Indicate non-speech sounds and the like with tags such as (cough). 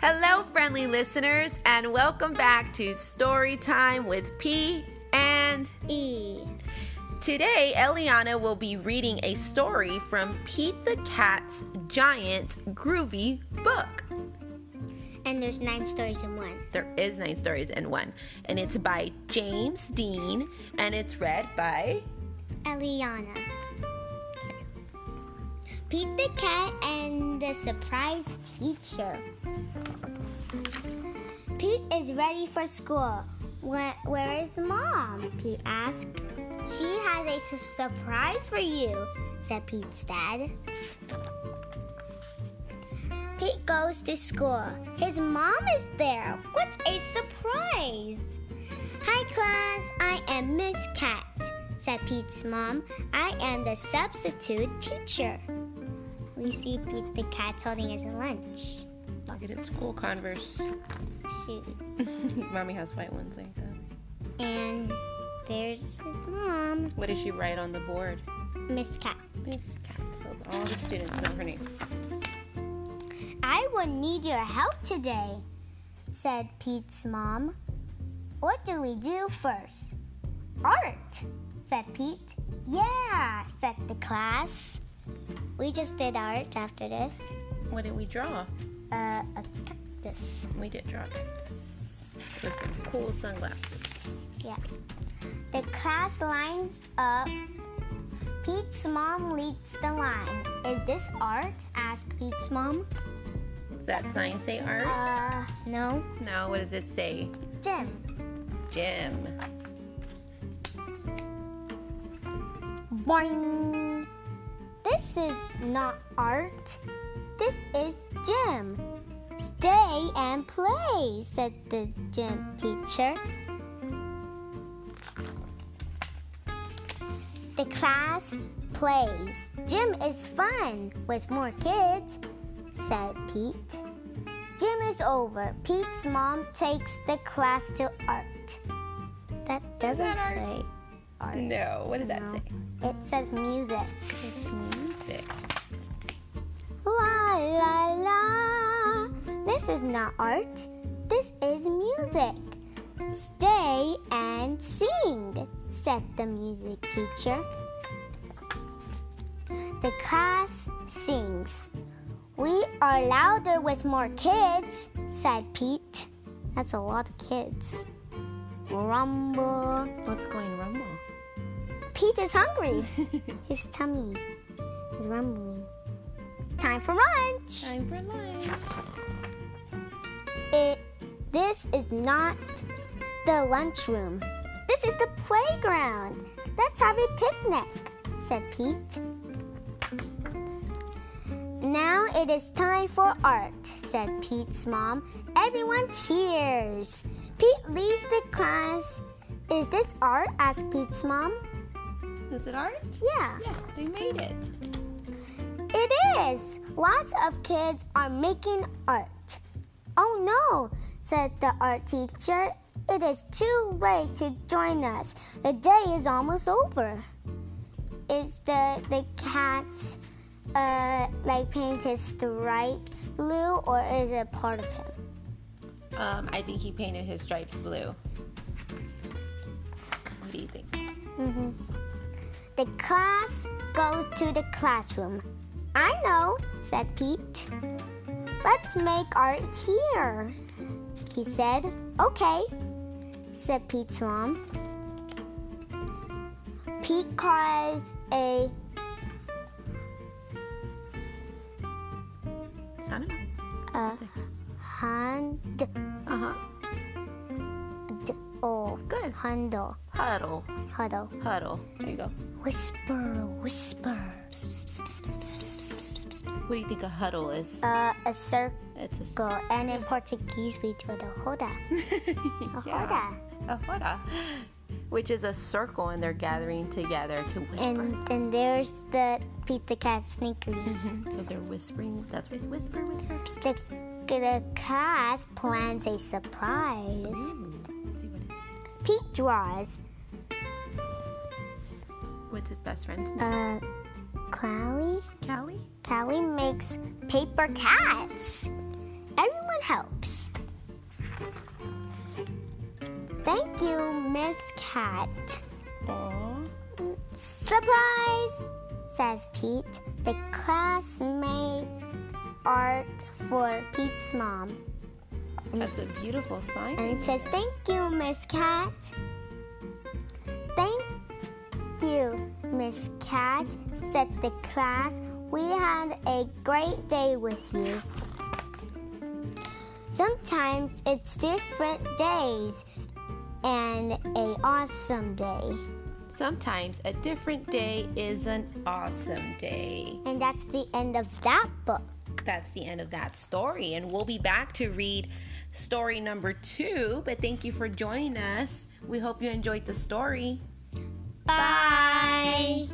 Hello, friendly listeners, and welcome back to Story Time with P and E. Today, Eliana will be reading a story from Pete the Cat's Giant Groovy book. And there's nine stories in one. There is nine stories in one, and it's by James Dean, and it's read by. Eliana. Pete the Cat and the Surprise Teacher. Pete is ready for school. Where, where is Mom? Pete asked. She has a su- surprise for you, said Pete's dad. Pete goes to school. His mom is there. What a surprise! Hi, class. I am Miss Cat, said Pete's mom. I am the substitute teacher. We see Pete the cat holding his lunch Look at his school Converse. (laughs) shoes. Mommy has white ones like that. and there's his mom, What does she write on the board? Miss Cat. Miss Cat. So all the students know her name. I will need your help today, said Pete's mom. What do we do first? Art, said Pete. Yeah, said the class. We just did art after this. What did we draw? Uh, a cactus. We did draw cats with some cool sunglasses. Yeah. The class lines up. Pete's mom leads the line. Is this art? asked Pete's mom. Does that sign say art? Uh, no. No, what does it say? Jim. Gym. Boing. This is not art. This is Jim. Stay and play, said the gym teacher. The class plays. Gym is fun with more kids, said Pete. Gym is over. Pete's mom takes the class to art. That Is doesn't that art? say art. No, what does that No. say? It says music. Music. La la la. This is not art. This is music. Stay and sing, said the music teacher. The class sings. We are louder with more kids, said Pete. That's a lot of kids. Rumble. What's going (laughs) rumble? Pete is hungry. His tummy is rumbling. Time for lunch. Time for lunch. It, this is not the lunchroom. This is the playground. Let's have a picnic, said Pete. Now it is time for art, said Pete's mom. Everyone cheers. Pete leaves the class. Is this art? asked Pete's mom. Is it art? Yeah. Yeah, they made it. It is! Lots of kids are making art. Oh no, said the art teacher. It is too late to join us. The day is almost over. Is the the cat's uh like paint his stripes blue or is it part of him? Um, I think he painted his stripes blue. What do you think? The class goes to the classroom. I know, said Pete. Let's make art here, he said. Okay, said Pete's mom. Pete calls a Sound it? hand Uh huh. oh Good. handle Huddle. huddle. Huddle. There you go. Whisper whisper. What do you think a huddle is? Uh, a circle It's a (laughs) circle. and in Portuguese we do the roda. A roda. A huddle. Which is a circle, and they're gathering together to whisper. And then there's the Pizza Cat sneakers. So they're whispering. That's what whisper, whisper. Psst, the, the cat plans a surprise. Let's see what it is. Pete draws What's his best friend's name? a Uh, Callie. Callie? Callie makes paper cats. Everyone helps. Thank you, Miss Cat. Surprise! says Pete, the classmate art for Pete's mom, That's a beautiful sign. and says, Thank you, Miss Cat. Thank you, Miss Cat, said the class. We had a great day with you. Sometimes it's different days and a awesome day. Sometimes a different day is an awesome day. And that's the end of that book. That's the end of that story, and we'll be back to read story number two. But thank you for joining us. We hope you enjoyed the story. Bye.